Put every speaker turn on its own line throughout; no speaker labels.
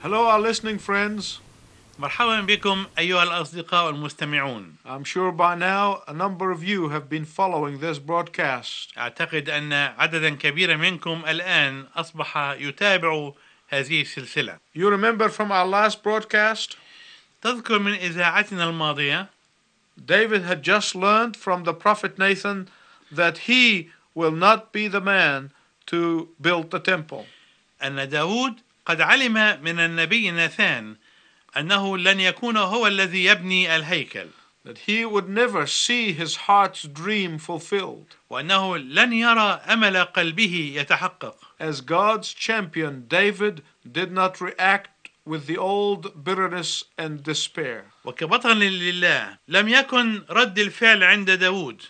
Hello, our listening friends.
مرحبا بكم أيها الأصدقاء المستمعون
I'm sure by now a number of you have been following this broadcast.
أعتقد أن عددا كبيرا منكم الآن أصبح يتابع هذه السلسلة
You remember from our last broadcast,
تذكر من إذاعتنا الماضية
David had just learned from the prophet Nathan that he will not be the man to build the temple.
أن داود قد علم من النبي ناثان أنه لن يكون هو الذي يبني الهيكل
that he would never see his heart's dream fulfilled.
وأنه لن يرى أمل قلبه يتحقق
As God's champion, David did not react with the old bitterness and despair.
وكبطل لله لم يكن رد الفعل عند داود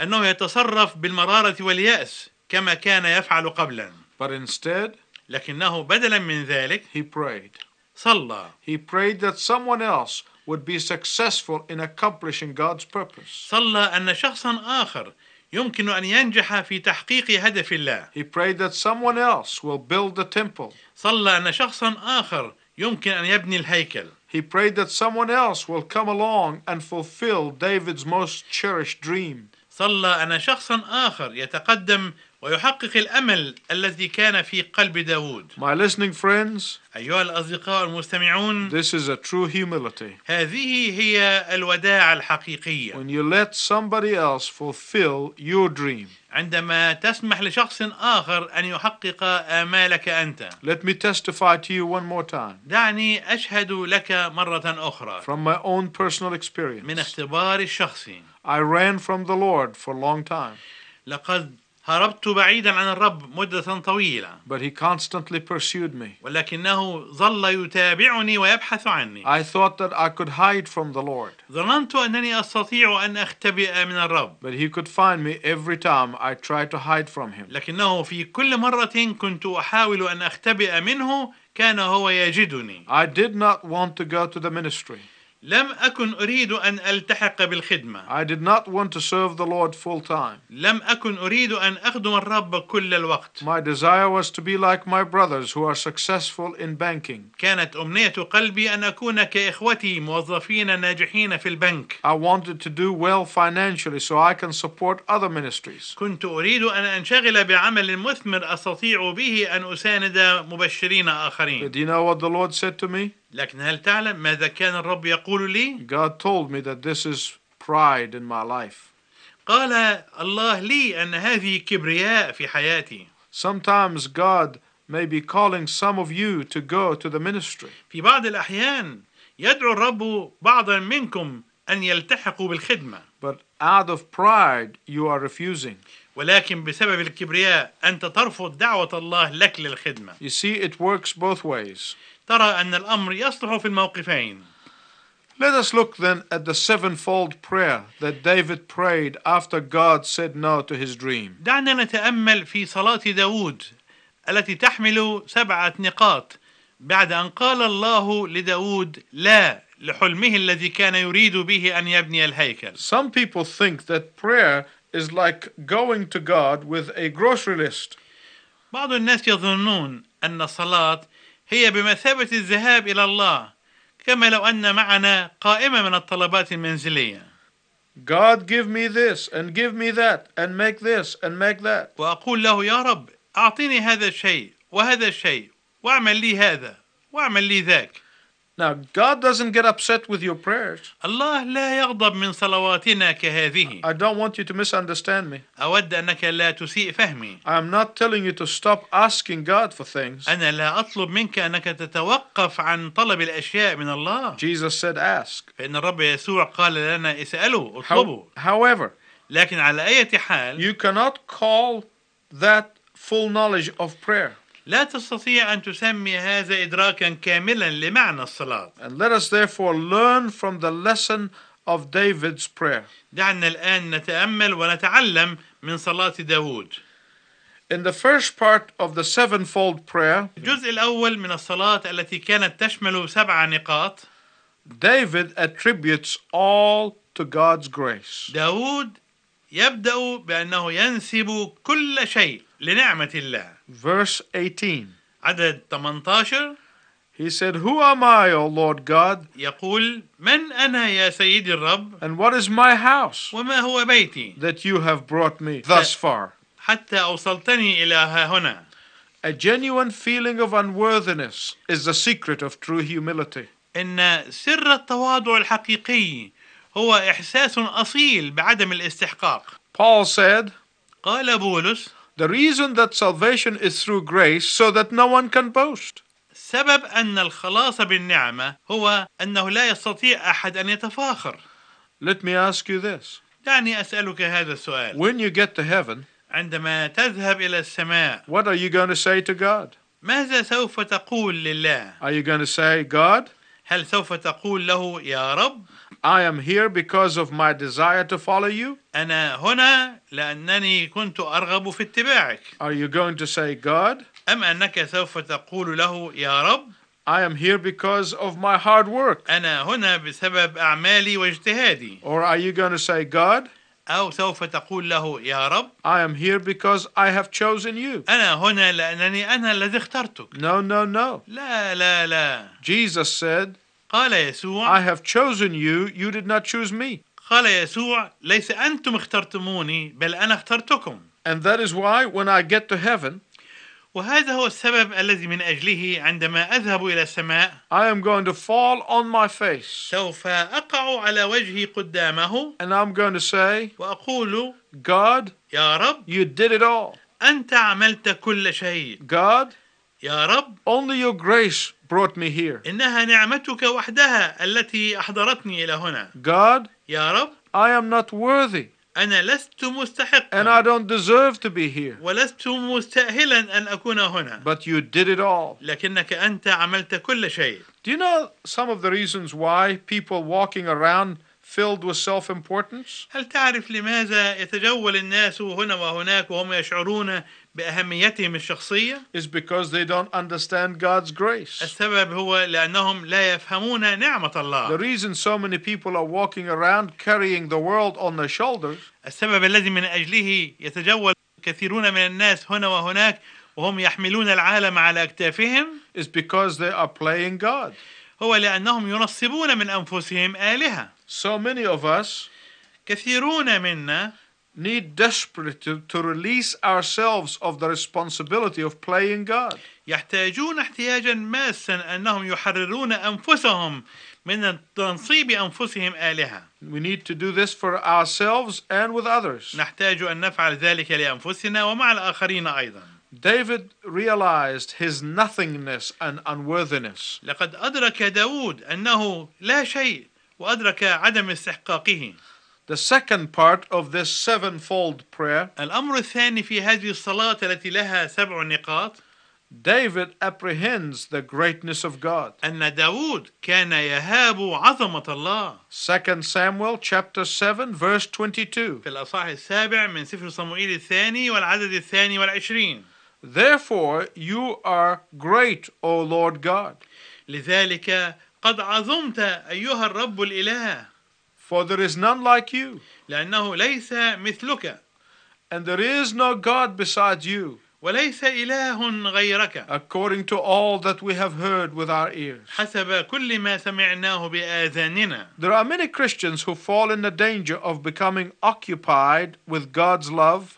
أنه يتصرف بالمرارة واليأس كما كان يفعل قبلا
But instead,
لكنه بدلا من ذلك
he prayed.
صلى
He prayed that someone else would be successful in accomplishing God's purpose.
صلى أن شخصا آخر يمكن أن ينجح في تحقيق هدف الله
He prayed that someone else will build the temple.
صلى أن شخصا آخر يمكن أن يبني الهيكل
He prayed that someone else will come along and fulfill David's most cherished dream.
صلى أن شخصا آخر يتقدم ويحقق الأمل الذي كان في قلب داود
My listening friends,
أيها الأصدقاء المستمعون
this is a true humility.
هذه هي الوداعة الحقيقية
when you let somebody else fulfill your dream.
عندما تسمح لشخص آخر أن يحقق آمالك أنت
Let me testify to you one more time
دعني أشهد لك مرة أخرى
from my own personal
من
experience.
اختباري الشخصي
I ran from the Lord for a long time,
لقد هربت بعيدا عن الرب مدة طويلة
but He constantly pursued me.
ولكنه ظل يتابعني ويبحث عني
I thought that I could hide from the Lord,
ظننت أنني أستطيع أن أختبئ من الرب
but He could find me every time I tried to hide from Him.
لكنه في كل مرة كنت أحاول أن أختبئ منه كان هو يجدني
I did not want to go to the ministry.
لم أكن أريد أن ألتحق بالخدمة
I did not want to serve the Lord full time.
لم أكن أريد أن أخدم الرب كل الوقت
My desire was to be like my brothers who are successful in banking.
كانت أمنية قلبي أن أكون كإخوتي موظفين ناجحين في البنك
I wanted to do well financially so I can support other ministries.
كنت أريد أن أنشغل بعمل مثمر أستطيع به أن أساند مبشرين آخرين
But do you know what the Lord said to me?
لكن هل تعلم ماذا كان الرب يقول لي؟
God told me that this is pride in my life.
قال الله لي أن هذه كبرياء في حياتي
Sometimes God may be calling some of you to go to the ministry.
في بعض الأحيان يدعو الرب بعضا منكم أن يلتحقوا بالخدمة
But out of pride, you are refusing.
ولكن بسبب الكبرياء أنت ترفض دعوة الله لك للخدمة
You see, it works both ways.
ترى أن الأمر يصلح في الموقفين
Let us look then at the sevenfold prayer that David prayed after God said no to his dream.
دعنا نتأمل في صلاة داود التي تحمل سبعة نقاط بعد أن قال الله لداود لا لحلمه الذي كان يريد به أن يبني الهيكل
Some people think that prayer is like going to God with a grocery list.
بعض الناس يظنون أن الصلاة هي بمثابة الذهاب إلى الله كما لو أن معنا قائمة من الطلبات المنزلية
God, give me this and give me that and make this and make that.
وأقول له يا رب أعطيني هذا الشيء وهذا الشيء واعمل لي هذا واعمل لي ذاك
Now, God doesn't get upset with your prayers.
الله لا يغضب من صلواتنا كهذه
I don't want you to misunderstand me.
أود أنك لا تسيء فهمي
I am not telling you to stop asking God for things.
أنا لا أطلب منك أنك تتوقف عن طلب الأشياء من الله
Jesus said, ask.
فإن الرب يسوع قال لنا اسألوا
How-
اطلبوا
however,
لكن على أي حال
you cannot call that full knowledge of prayer.
لا تستطيع أن تسمي هذا إدراكا كاملا لمعنى الصلاة
And let us therefore learn from the lesson of David's prayer.
دعنا الآن نتأمل ونتعلم من صلاة داود
In the first part of the sevenfold prayer,
الجزء الأول من الصلاة التي كانت تشمل سبع نقاط
David attributes all to God's grace.
داود يبدأ بأنه ينسب كل شيء لنعمة الله
Verse 18.
عدد 18
He said, Who am I, O Lord God,
يقول من أنا يا سيدي الرب
and what is my house
وما هو بيتي
that you have brought me thus far?
حتى أوصلتني إلى ها هنا
A genuine feeling of unworthiness is the secret of true humility.
إن سر التواضع الحقيقي هو إحساس أصيل بعدم الاستحقاق
Paul said,
قال بولس
The reason that salvation is through grace so that no one can boast.
سبب أن الخلاص بالنعمة هو أنه لا يستطيع أحد أن يتفاخر
Let me ask you this.
دعني أسألك هذا السؤال
When you get to heaven,
عندما تذهب إلى السماء
what are you going to say to God?
ماذا سوف تقول لله
Are you going to say, God,
هل سوف تقول له يا رب
I am here because of my desire to follow you?
أنا هنا لأنني كنت أرغب في اتباعك
Are you going to say, God,
أم أنك سوف تقول له يا رب
I am here because of my hard work?
أنا هنا بسبب أعمالي واجتهادي
Or are you going to say, God,
أو سوف تقول له يا رب
I am here because I have chosen you?
أنا هنا لأنني أنا الذي اخترتك
No, no, no.
لا لا لا
Jesus said,
قال يسوع
I have chosen you, you did not choose me.
قال يسوع ليس أنتم اخترتموني بل أنا اخترتكم
And that is why when I get to heaven,
وهذا هو السبب الذي من أجله عندما أذهب إلى السماء
I am going to fall on my face
سوف أقع على وجهي قدامه
and I'm going to say,
وأقول
God,
يا رب
you did it all.
أنت عملت كل شيء
God,
يا رب
only your grace brought me here.
إنها نعمتك وحدها التي أحضرتني إلى هنا
God,
يا رب
I am not worthy
أنا لست
and I
مستحقا
don't deserve to be here,
ولست مستأهلا أن أكون هنا
but you did it all.
لكنك أنت عملت كل شيء
Do you know some of the reasons why people walking around filled with self importance?
هل تعرف لماذا يتجول الناس هنا وهناك وهم يشعرون بأهميتهم الشخصية؟
Is because they don't understand God's grace.
السبب هو لأنهم لا يفهمون نعمة
The
الله
reason so many people are walking around carrying the world on their shoulders
السبب الذي من أجله يتجول كثيرون من الناس هنا وهناك وهم يحملون العالم على أكتافهم
is because they are playing God.
هو لأنهم ينصبون من أنفسهم آلهة
So many of us
كثيرون منا
need desperately to, to release ourselves of the responsibility of playing God.
يحتاجون احتياجا ماسا أنهم يحررون أنفسهم من تنصيب أنفسهم آلهة
We need to do this for ourselves and with others.
نحتاج أن نفعل ذلك لأنفسنا ومع الآخرين أيضا
David realized his nothingness and unworthiness.
لقد أدرك داود أنه لا شيء وأدرك عدم استحقاقه
The second part of this sevenfold prayer,
الأمر الثاني في هذه الصلاة التي لها سبع نقاط
David apprehends the greatness of God.
أن داود كان يهاب عظمة الله
2 Samuel chapter 7 verse 22.
في الأصحاح السابع من سفر صموئيل الثاني والعدد الثاني والعشرين
Therefore you are great, O Lord God,
لذلك قد عظمت أيها الرب الإله
for there is none like you,
لأنه ليس مثلك
and there is no God besides you,
وليس إله غيرك
according to all that we have heard with our ears.
حسب كل ما سمعناه بآذاننا
There are many Christians who fall in the danger of becoming occupied with God's love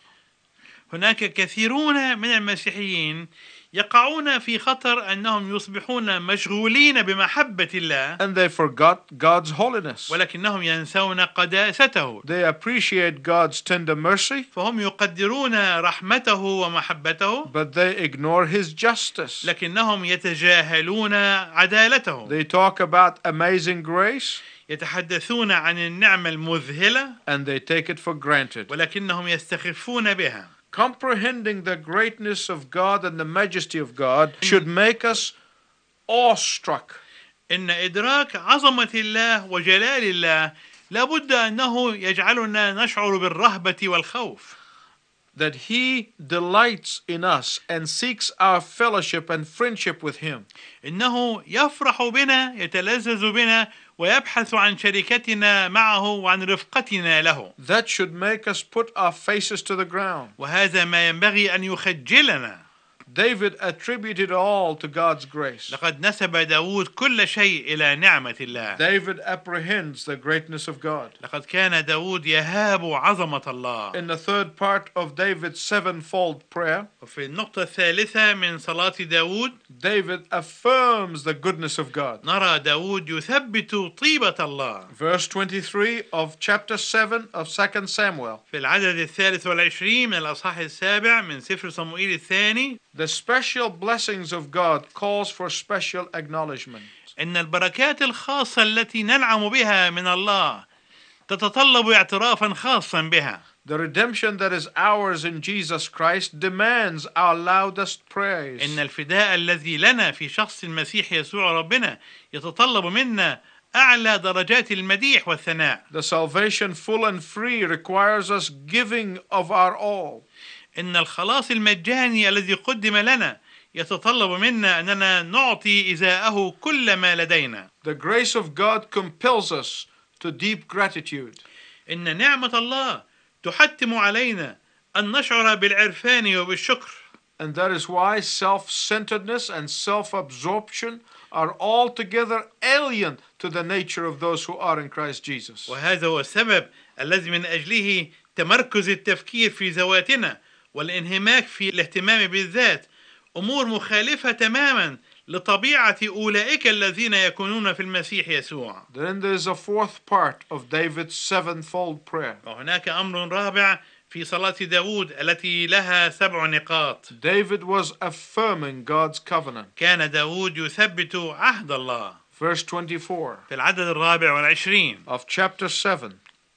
هناك كثيرون من المسيحيين يقعون في خطر أنهم يصبحون مشغولين بمحبة الله
and they forgot God's holiness.
ولكنهم ينسون قداسته
They appreciate God's tender mercy,
فهم يقدرون رحمته ومحبته
but they ignore His justice.
لكنهم يتجاهلون عدالته
They talk about amazing grace
يتحدثون عن النعمة المذهلة
and they take it for granted.
ولكنهم يستخفون بها
Comprehending the greatness of God and the majesty of God should make us awestruck.
إن إدراك عظمة الله وجلال الله لابد أنه يجعلنا نشعر بالرهبة والخوف
That he delights in us and seeks our fellowship and friendship with him.
إنه يفرح بنا يتلذذ بنا ويبحث عن شركتنا معه وعن رفقتنا له
That should make us put our faces to the ground.
وهذا ما ينبغي أن يخجلنا
David attributed all to God's grace.
لقد نسب داود كل شيء إلى نعمة الله
David apprehends the greatness of God.
لقد كان داود يهاب عظمة الله
In the third part of David's sevenfold prayer,
وفي النقطة الثالثة من صلاة داود
David affirms the goodness of God.
نرى داود يثبت طيبة الله
Verse 23 of chapter 7 of 2 Samuel.
في العدد الثالث والعشرين من الأصحاح السابع من سفر صموئيل الثاني
The special blessings of God calls for special acknowledgement.
إن البركات الخاصة التي ننعم بها من الله تتطلب اعترافا خاصا بها
The redemption that is ours in Jesus Christ demands our loudest praise.
إن الفداء الذي لنا في شخص المسيح يسوع ربنا يتطلب منا أعلى درجات المديح والثناء
The salvation full and free requires us giving of our all.
إن الخلاص المجاني الذي قدم لنا يتطلب منا أننا نعطي إزاءه كل ما لدينا
The grace of God compels us to deep gratitude.
إن نعمة الله تحتم علينا أن نشعر بالعرفان وبالشكر
And that is why self centeredness and self absorption are altogether alien to the nature of those who are in Christ Jesus.
وهذا هو السبب الذي من أجله تمركز التفكير في ذواتنا والانهماك في الاهتمام بالذات أمور مخالفة تماما لطبيعة أولئك الذين يكونون في المسيح يسوع
Then there is a fourth part of David's sevenfold prayer.
وهناك أمر رابع في صلاة داود التي لها سبع نقاط
David was affirming God's covenant.
كان داود يثبت عهد الله
Verse 24
في العدد الرابع والعشرين
of chapter 7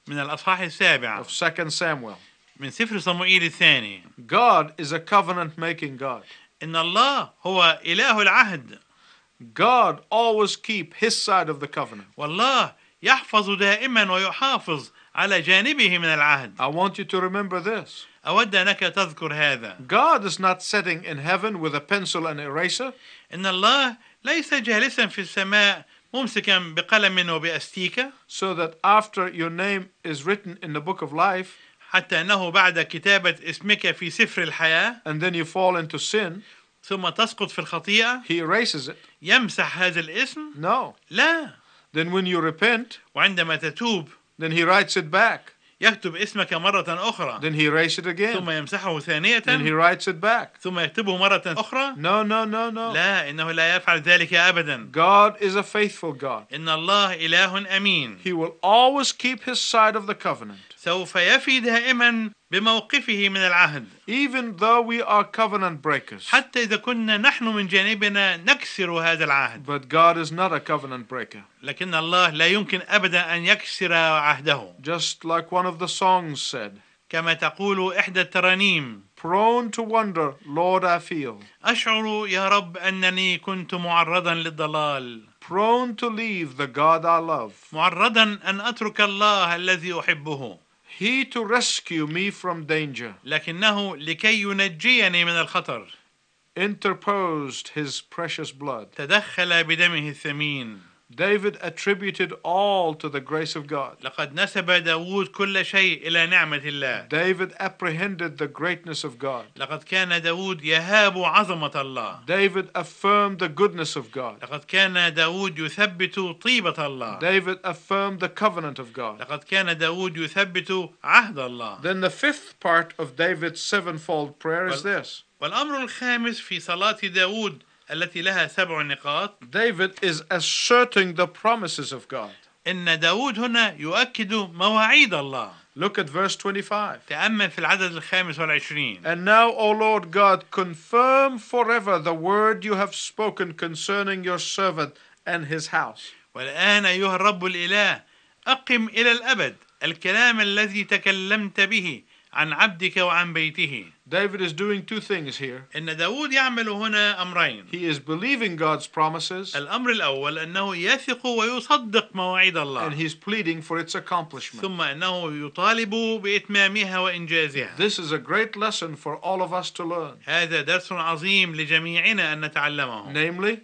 من الأصحاح السابع
of 2 Samuel.
من سفر صموئيل الثاني
God is a covenant making God.
إن الله هو إله العهد
God always keep his side of the covenant.
والله يحفظ دائما ويحافظ على جانبه من العهد
I want you to remember this.
أود أنك تذكر هذا
God is not sitting in heaven with a pencil and eraser.
إن الله ليس جالسا في السماء ممسكا بقلم وبأستيكة
so that after your name is written in the book of life
حتى أنه بعد كتابة اسمك في سفر الحياة
and then you fall into sin,
ثم تسقط في الخطيئة
he erases it.
يمسح هذا الاسم
No.
لا
Then when you repent,
وعندما تتوب
then he writes it back.
يكتب اسمك مرة أخرى
Then he erases it
ثم
again.
يمسحه ثانية
Then he writes it back.
ثم يكتبه مرة أخرى
No, no, no, no.
لا إنه لا يفعل ذلك أبدا
God is a faithful God.
إن الله إله أمين
He will always keep his side of the covenant.
سوف يفي دائما بموقفه من العهد
Even though we are covenant breakers.
حتى إذا كنا نحن من جانبنا نكسر هذا العهد
But God is not a covenant breaker.
لكن الله لا يمكن أبدا أن يكسر عهده
Just like one of the songs said,
كما تقول إحدى الترانيم
prone to wonder, Lord, I feel,
أشعر يا رب أنني كنت معرضا للضلال
prone to leave the God I love.
معرضا أن أترك الله الذي أحبه
He to rescue me from danger
لكنه لكي ينجيني من الخطر
interposed his precious blood.
تدخل بدمه الثمين
David attributed all to the grace of God.
لقد نسب داود كل شيء إلى نعمة الله
David apprehended the greatness of God.
لقد كان داود يهاب عظمة الله
David affirmed the goodness of God.
لقد كان داود يثبت طيبة الله
David affirmed the covenant of God.
لقد كان داود يثبت عهد الله
Then the fifth part of David's sevenfold prayer is this
والأمر الخامس في صلاة داود التي لها سبع نقاط
David is asserting the promises of God.
إن داود هنا يؤكد مواعيد الله
Look at verse 25.
تأمل في العدد الخامس والعشرين
And now, O Lord God, confirm forever the word you have spoken concerning your servant and his house.
والآن أيها الرب الإله أقم إلى الأبد الكلام الذي تكلمت به عن عبدك وعن بيته
David is doing two things here.
إن داود يعمل هنا أمرين
He is believing God's promises
الأمر الأول أنه يثق ويصدق مواعيد
and
الله
he's pleading for its accomplishment.
ثم أنه يطالب بإتمامها وإنجازها
This is a great lesson for all of us to learn. نعم.
هذا درس عظيم لجميعنا أن نتعلمه
Namely,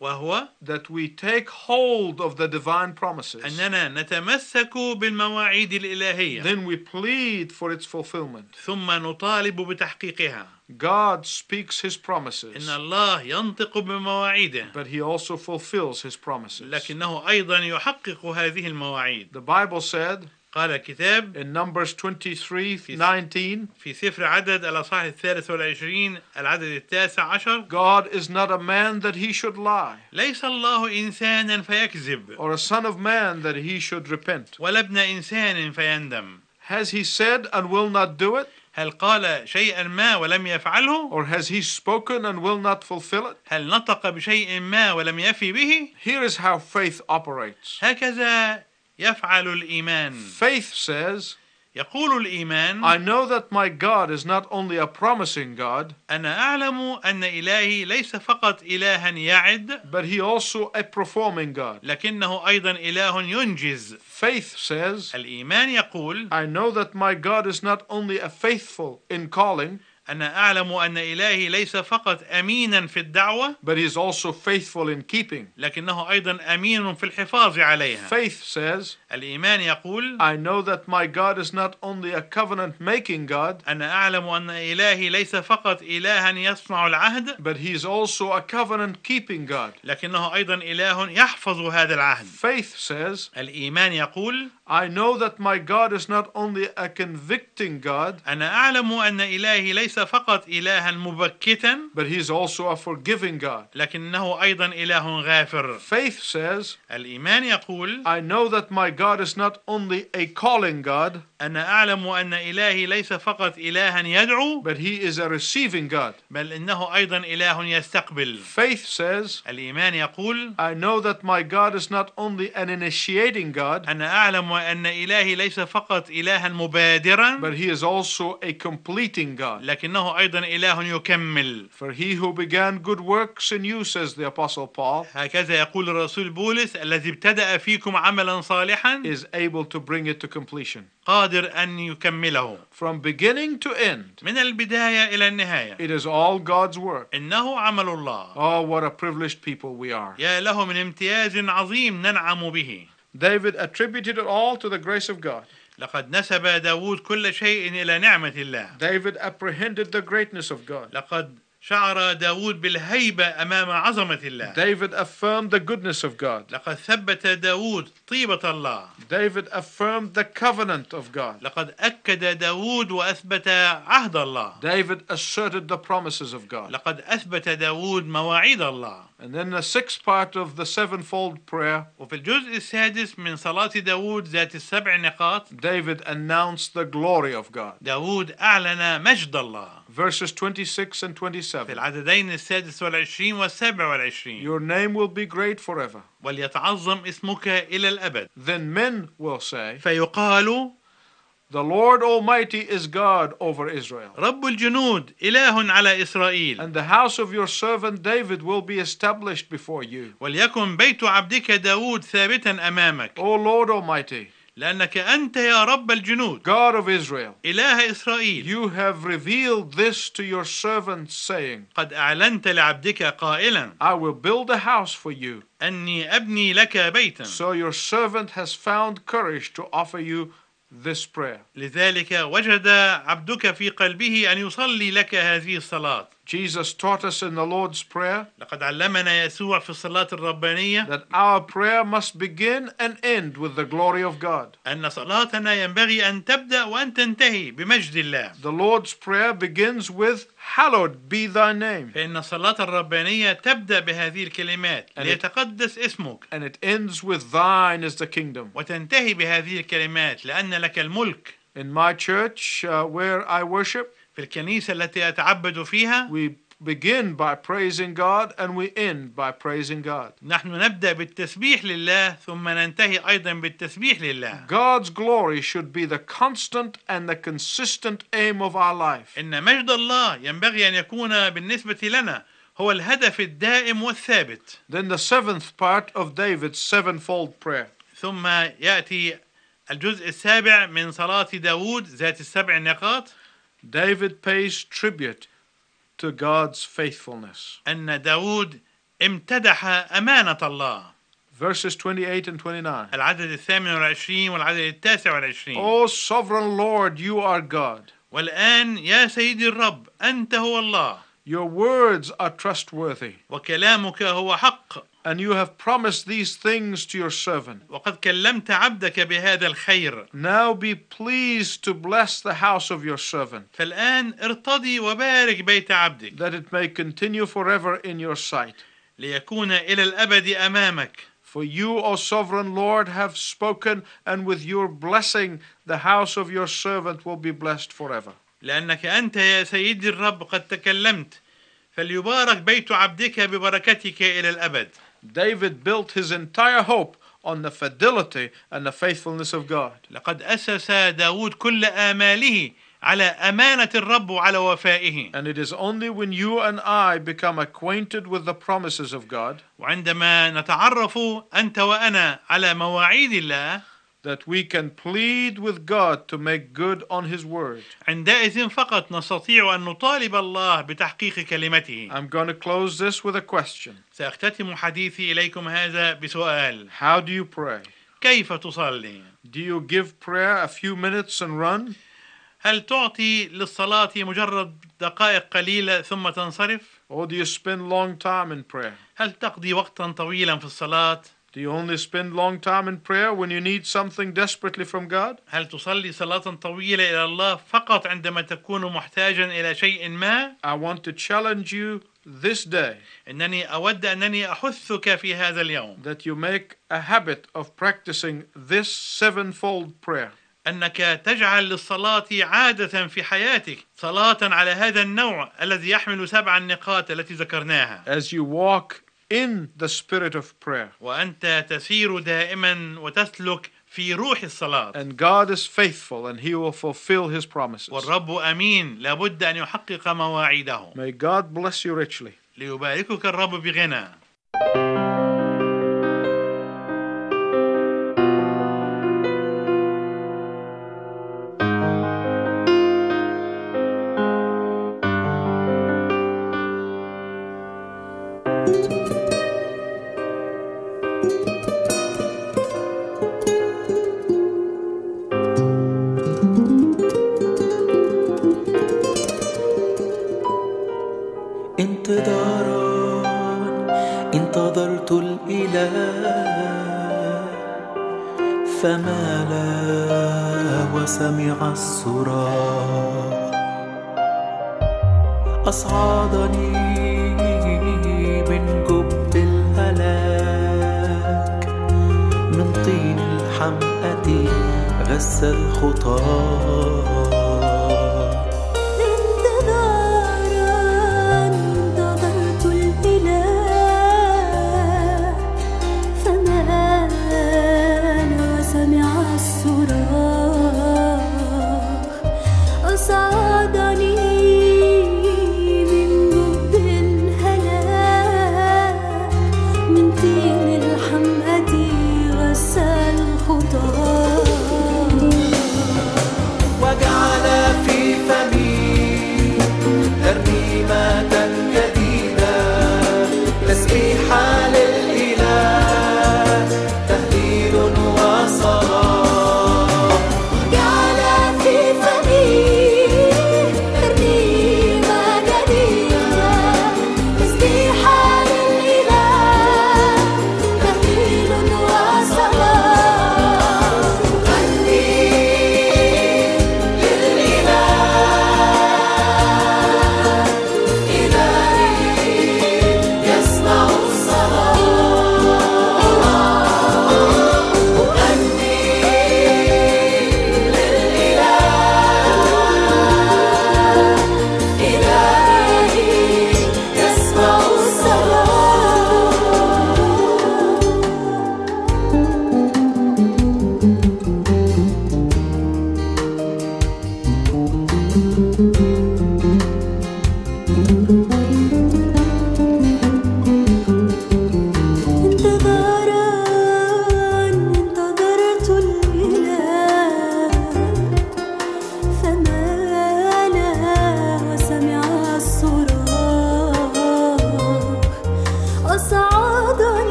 وهو
that we take hold of the divine promises.
أننا نتمسك بالمواعيد الإلهية
Then we plead for its fulfillment.
ثم نطالب بتحقيقها
God speaks his
إن
promises,
الله ينطق بمواعيده
but he also fulfills his promises.
لكنه أيضا يحقق هذه المواعيد
The Bible said
قال كتاب
in Numbers 23
Yes.
19,
في سفر عدد الأصحاح الثالث والعشرين العدد التاسع عشر
God is not a man that he should lie,
ليس الله إنسانا فيكذب
or a son of man that he should repent.
ولا ابن إنسان فيندم
Has he said and will not do it?
هل قال شيئا ما ولم يفعله
Or has he spoken and will not fulfill it?
هل نطق بشيء ما ولم يفي به
Here is how faith operates.
هكذا يفعل الإيمان
Faith says,
يقول الإيمان
I know that my God is not only a promising God,
أنا أعلم أن إلهي ليس فقط إلها يعد
but He also a performing God.
لكنه أيضا إله ينجز
Faith says,
الإيمان يقول
I know that my God is not only a faithful in calling,
أنا أعلم أن إلهي ليس فقط أمينا في الدعوة
but He is also faithful in keeping.
لكنه أيضا أمين في الحفاظ عليها
Faith says,
الإيمان يقول
I know that my God is not only a covenant making God,
أنا أعلم أن إلهي ليس فقط إلها يصنع العهد
but He is also a covenant keeping God.
لكنه أيضا إله يحفظ هذا العهد
Faith says,
الإيمان يقول
I know that my God is not only a convicting God,
أنا أعلم أن إلهي ليس فقط إلها مبكتا
but He is also a forgiving God.
لكنه أيضا إله غافر
Faith says,
الإيمان يقول
I know that my God is not only a calling God,
أنا أعلم أن إلهي ليس فقط إلها يدعو
but He is a receiving God.
بل إنه أيضا إله يستقبل
Faith says,
الإيمان يقول
I know that my God is not only an initiating God,
أنا أعلم أن إلهي ليس فقط إلها مبادرا
but He is also a completing God.
لكنه أيضا إله يكمل
For he who began good works in you, says the Apostle Paul,
هكذا يقول الرسول بولس الذي ابتدأ فيكم عملا صالحا
is able to bring it to completion.
قادر أن يكمله
From beginning to end,
من البداية إلى النهاية
it is all God's work.
إنه عمل الله
Oh, what a privileged people we are.
يا له من امتياز عظيم ننعم به
David attributed it all to the grace of God.
لقد نسب داود كل شيء إلى نعمة الله
David apprehended the greatness of God.
لقد شعر داود بالهيبة أمام عظمة الله
David affirmed the goodness of God.
لقد ثبت داود طيبة الله
David affirmed the covenant of God.
لقد أكد داود وأثبت عهد الله
David asserted the promises of God.
لقد أثبت داود مواعيد الله
And then the sixth part of the sevenfold prayer,
وفي الجزء السادس من صلاة داود ذات السبع نقاط
David announced the glory of God.
داود أعلن مجد الله
Verses 26 and
في
27.
العددين السادس والعشرين والسابع والعشرين
Your name will be great forever.
وليتعظم اسمك إلى الأبد
Then men will say,
فيقال
The Lord Almighty is God over Israel.
رب الجنود إله على إسرائيل
And the house of your servant David will be established before you.
وليكن بيت عبدك داود ثابتا أمامك
O Lord Almighty,
لأنك أنت يا رب الجنود
God of Israel,
إله إسرائيل
you have revealed this to your servant, saying,
قد أعلنت لعبدك قائلا
I will build a house for you.
أني أبني لك بيتا
So your servant has found courage to offer you this prayer.
لذلك وجد عبدك في قلبه أن يصلي لك هذه الصلاة
Jesus taught us in the Lord's Prayer
لقد علمنا يسوع في الصلاة الربانية
that our prayer must begin and end with the glory of God.
أن صلاتنا ينبغي أن تبدأ وأن تنتهي بمجد الله
The Lord's Prayer begins with, Hallowed be thy name.
فإن الصلاة الربانية تبدأ بهذه الكلمات
أنا-
ليتقدس اسمك
And it ends with, Thine is the kingdom.
وتنتهي بهذه الكلمات لأن لك الملك
In my church uh, where I worship,
في الكنيسة التي أتعبد فيها
we begin by praising God and we end by praising God.
نحن نبدأ بالتسبيح لله ثم ننتهي أيضا بالتسبيح لله
God's glory should be the constant and the consistent aim of our life.
إن مجد الله ينبغي أن يكون بالنسبة لنا هو الهدف الدائم والثابت
Then the seventh part of David's sevenfold prayer.
ثم يأتي الجزء السابع من صلاة داود ذات السبع نقاط
David pays tribute to God's faithfulness.
أن داود امتدح أمانة الله
Verses 28 and 29.
العدد الثامن والعشرين والعدد التاسع والعشرين
O sovereign Lord, you are God.
والآن يا سيدي الرب أنت هو الله
Your words are trustworthy,
وكلامك هو حق
and you have promised these things to your servant.
وقد كلمت عبدك بهذا الخير
Now be pleased to bless the house of your servant,
فالآن ارتضي وبارك بيت عبدك
that it may continue forever in your sight.
ليكون إلى الأبد أمامك
For you, O sovereign Lord, have spoken, and with your blessing, the house of your servant will be blessed forever.
لأنك أنت يا سيدي الرب قد تكلمت فليبارك بيت عبدك ببركتك إلى الأبد
David built his entire hope on the fidelity and the faithfulness of God.
لقد أسس داود كل آماله على أمانة الرب وعلى وفائه
And it is only when you and I become acquainted with the promises of God
وعندما نتعرف أنت وأنا على مواعيد الله
that we can plead with God to make good on his word.
عندئذ فقط نستطيع أن نطالب الله بتحقيق كلمته
I'm going to close this with a question
سأختتم حديثي إليكم هذا بسؤال
How do you pray?
كيف تصلي؟
Do you give prayer a few minutes and run?
هل تعطي للصلاة مجرد دقائق قليلة ثم تنصرف؟
Or do you spend long time in prayer?
هل تقضي وقتا طويلا في الصلاة؟
Do you only spend long time in prayer when you need something desperately from God?
هل تصلي صلاة طويلة إلى الله فقط عندما تكون محتاجا إلى شيء ما؟
I want to challenge you this day
إنني أود أنني أحثك في هذا اليوم
that you make a habit of practicing this sevenfold prayer.
أنك تجعل للصلاة عادة في حياتك صلاة على هذا النوع الذي يحمل سبع النقاط التي ذكرناها
As you walk in the spirit of prayer,
وأنت تسير دائما وتسلك في روح الصلاة
and God is faithful and He will fulfill His promises.
والرب أمين لابد أن يحقق مواعيده
May God bless you richly.
ليباركك الرب بغنى
انتظارا انتظرت الإله فمالا وسمع الصراخ أصعدني من جب الهلاك من طين الحمأة غسل خطاه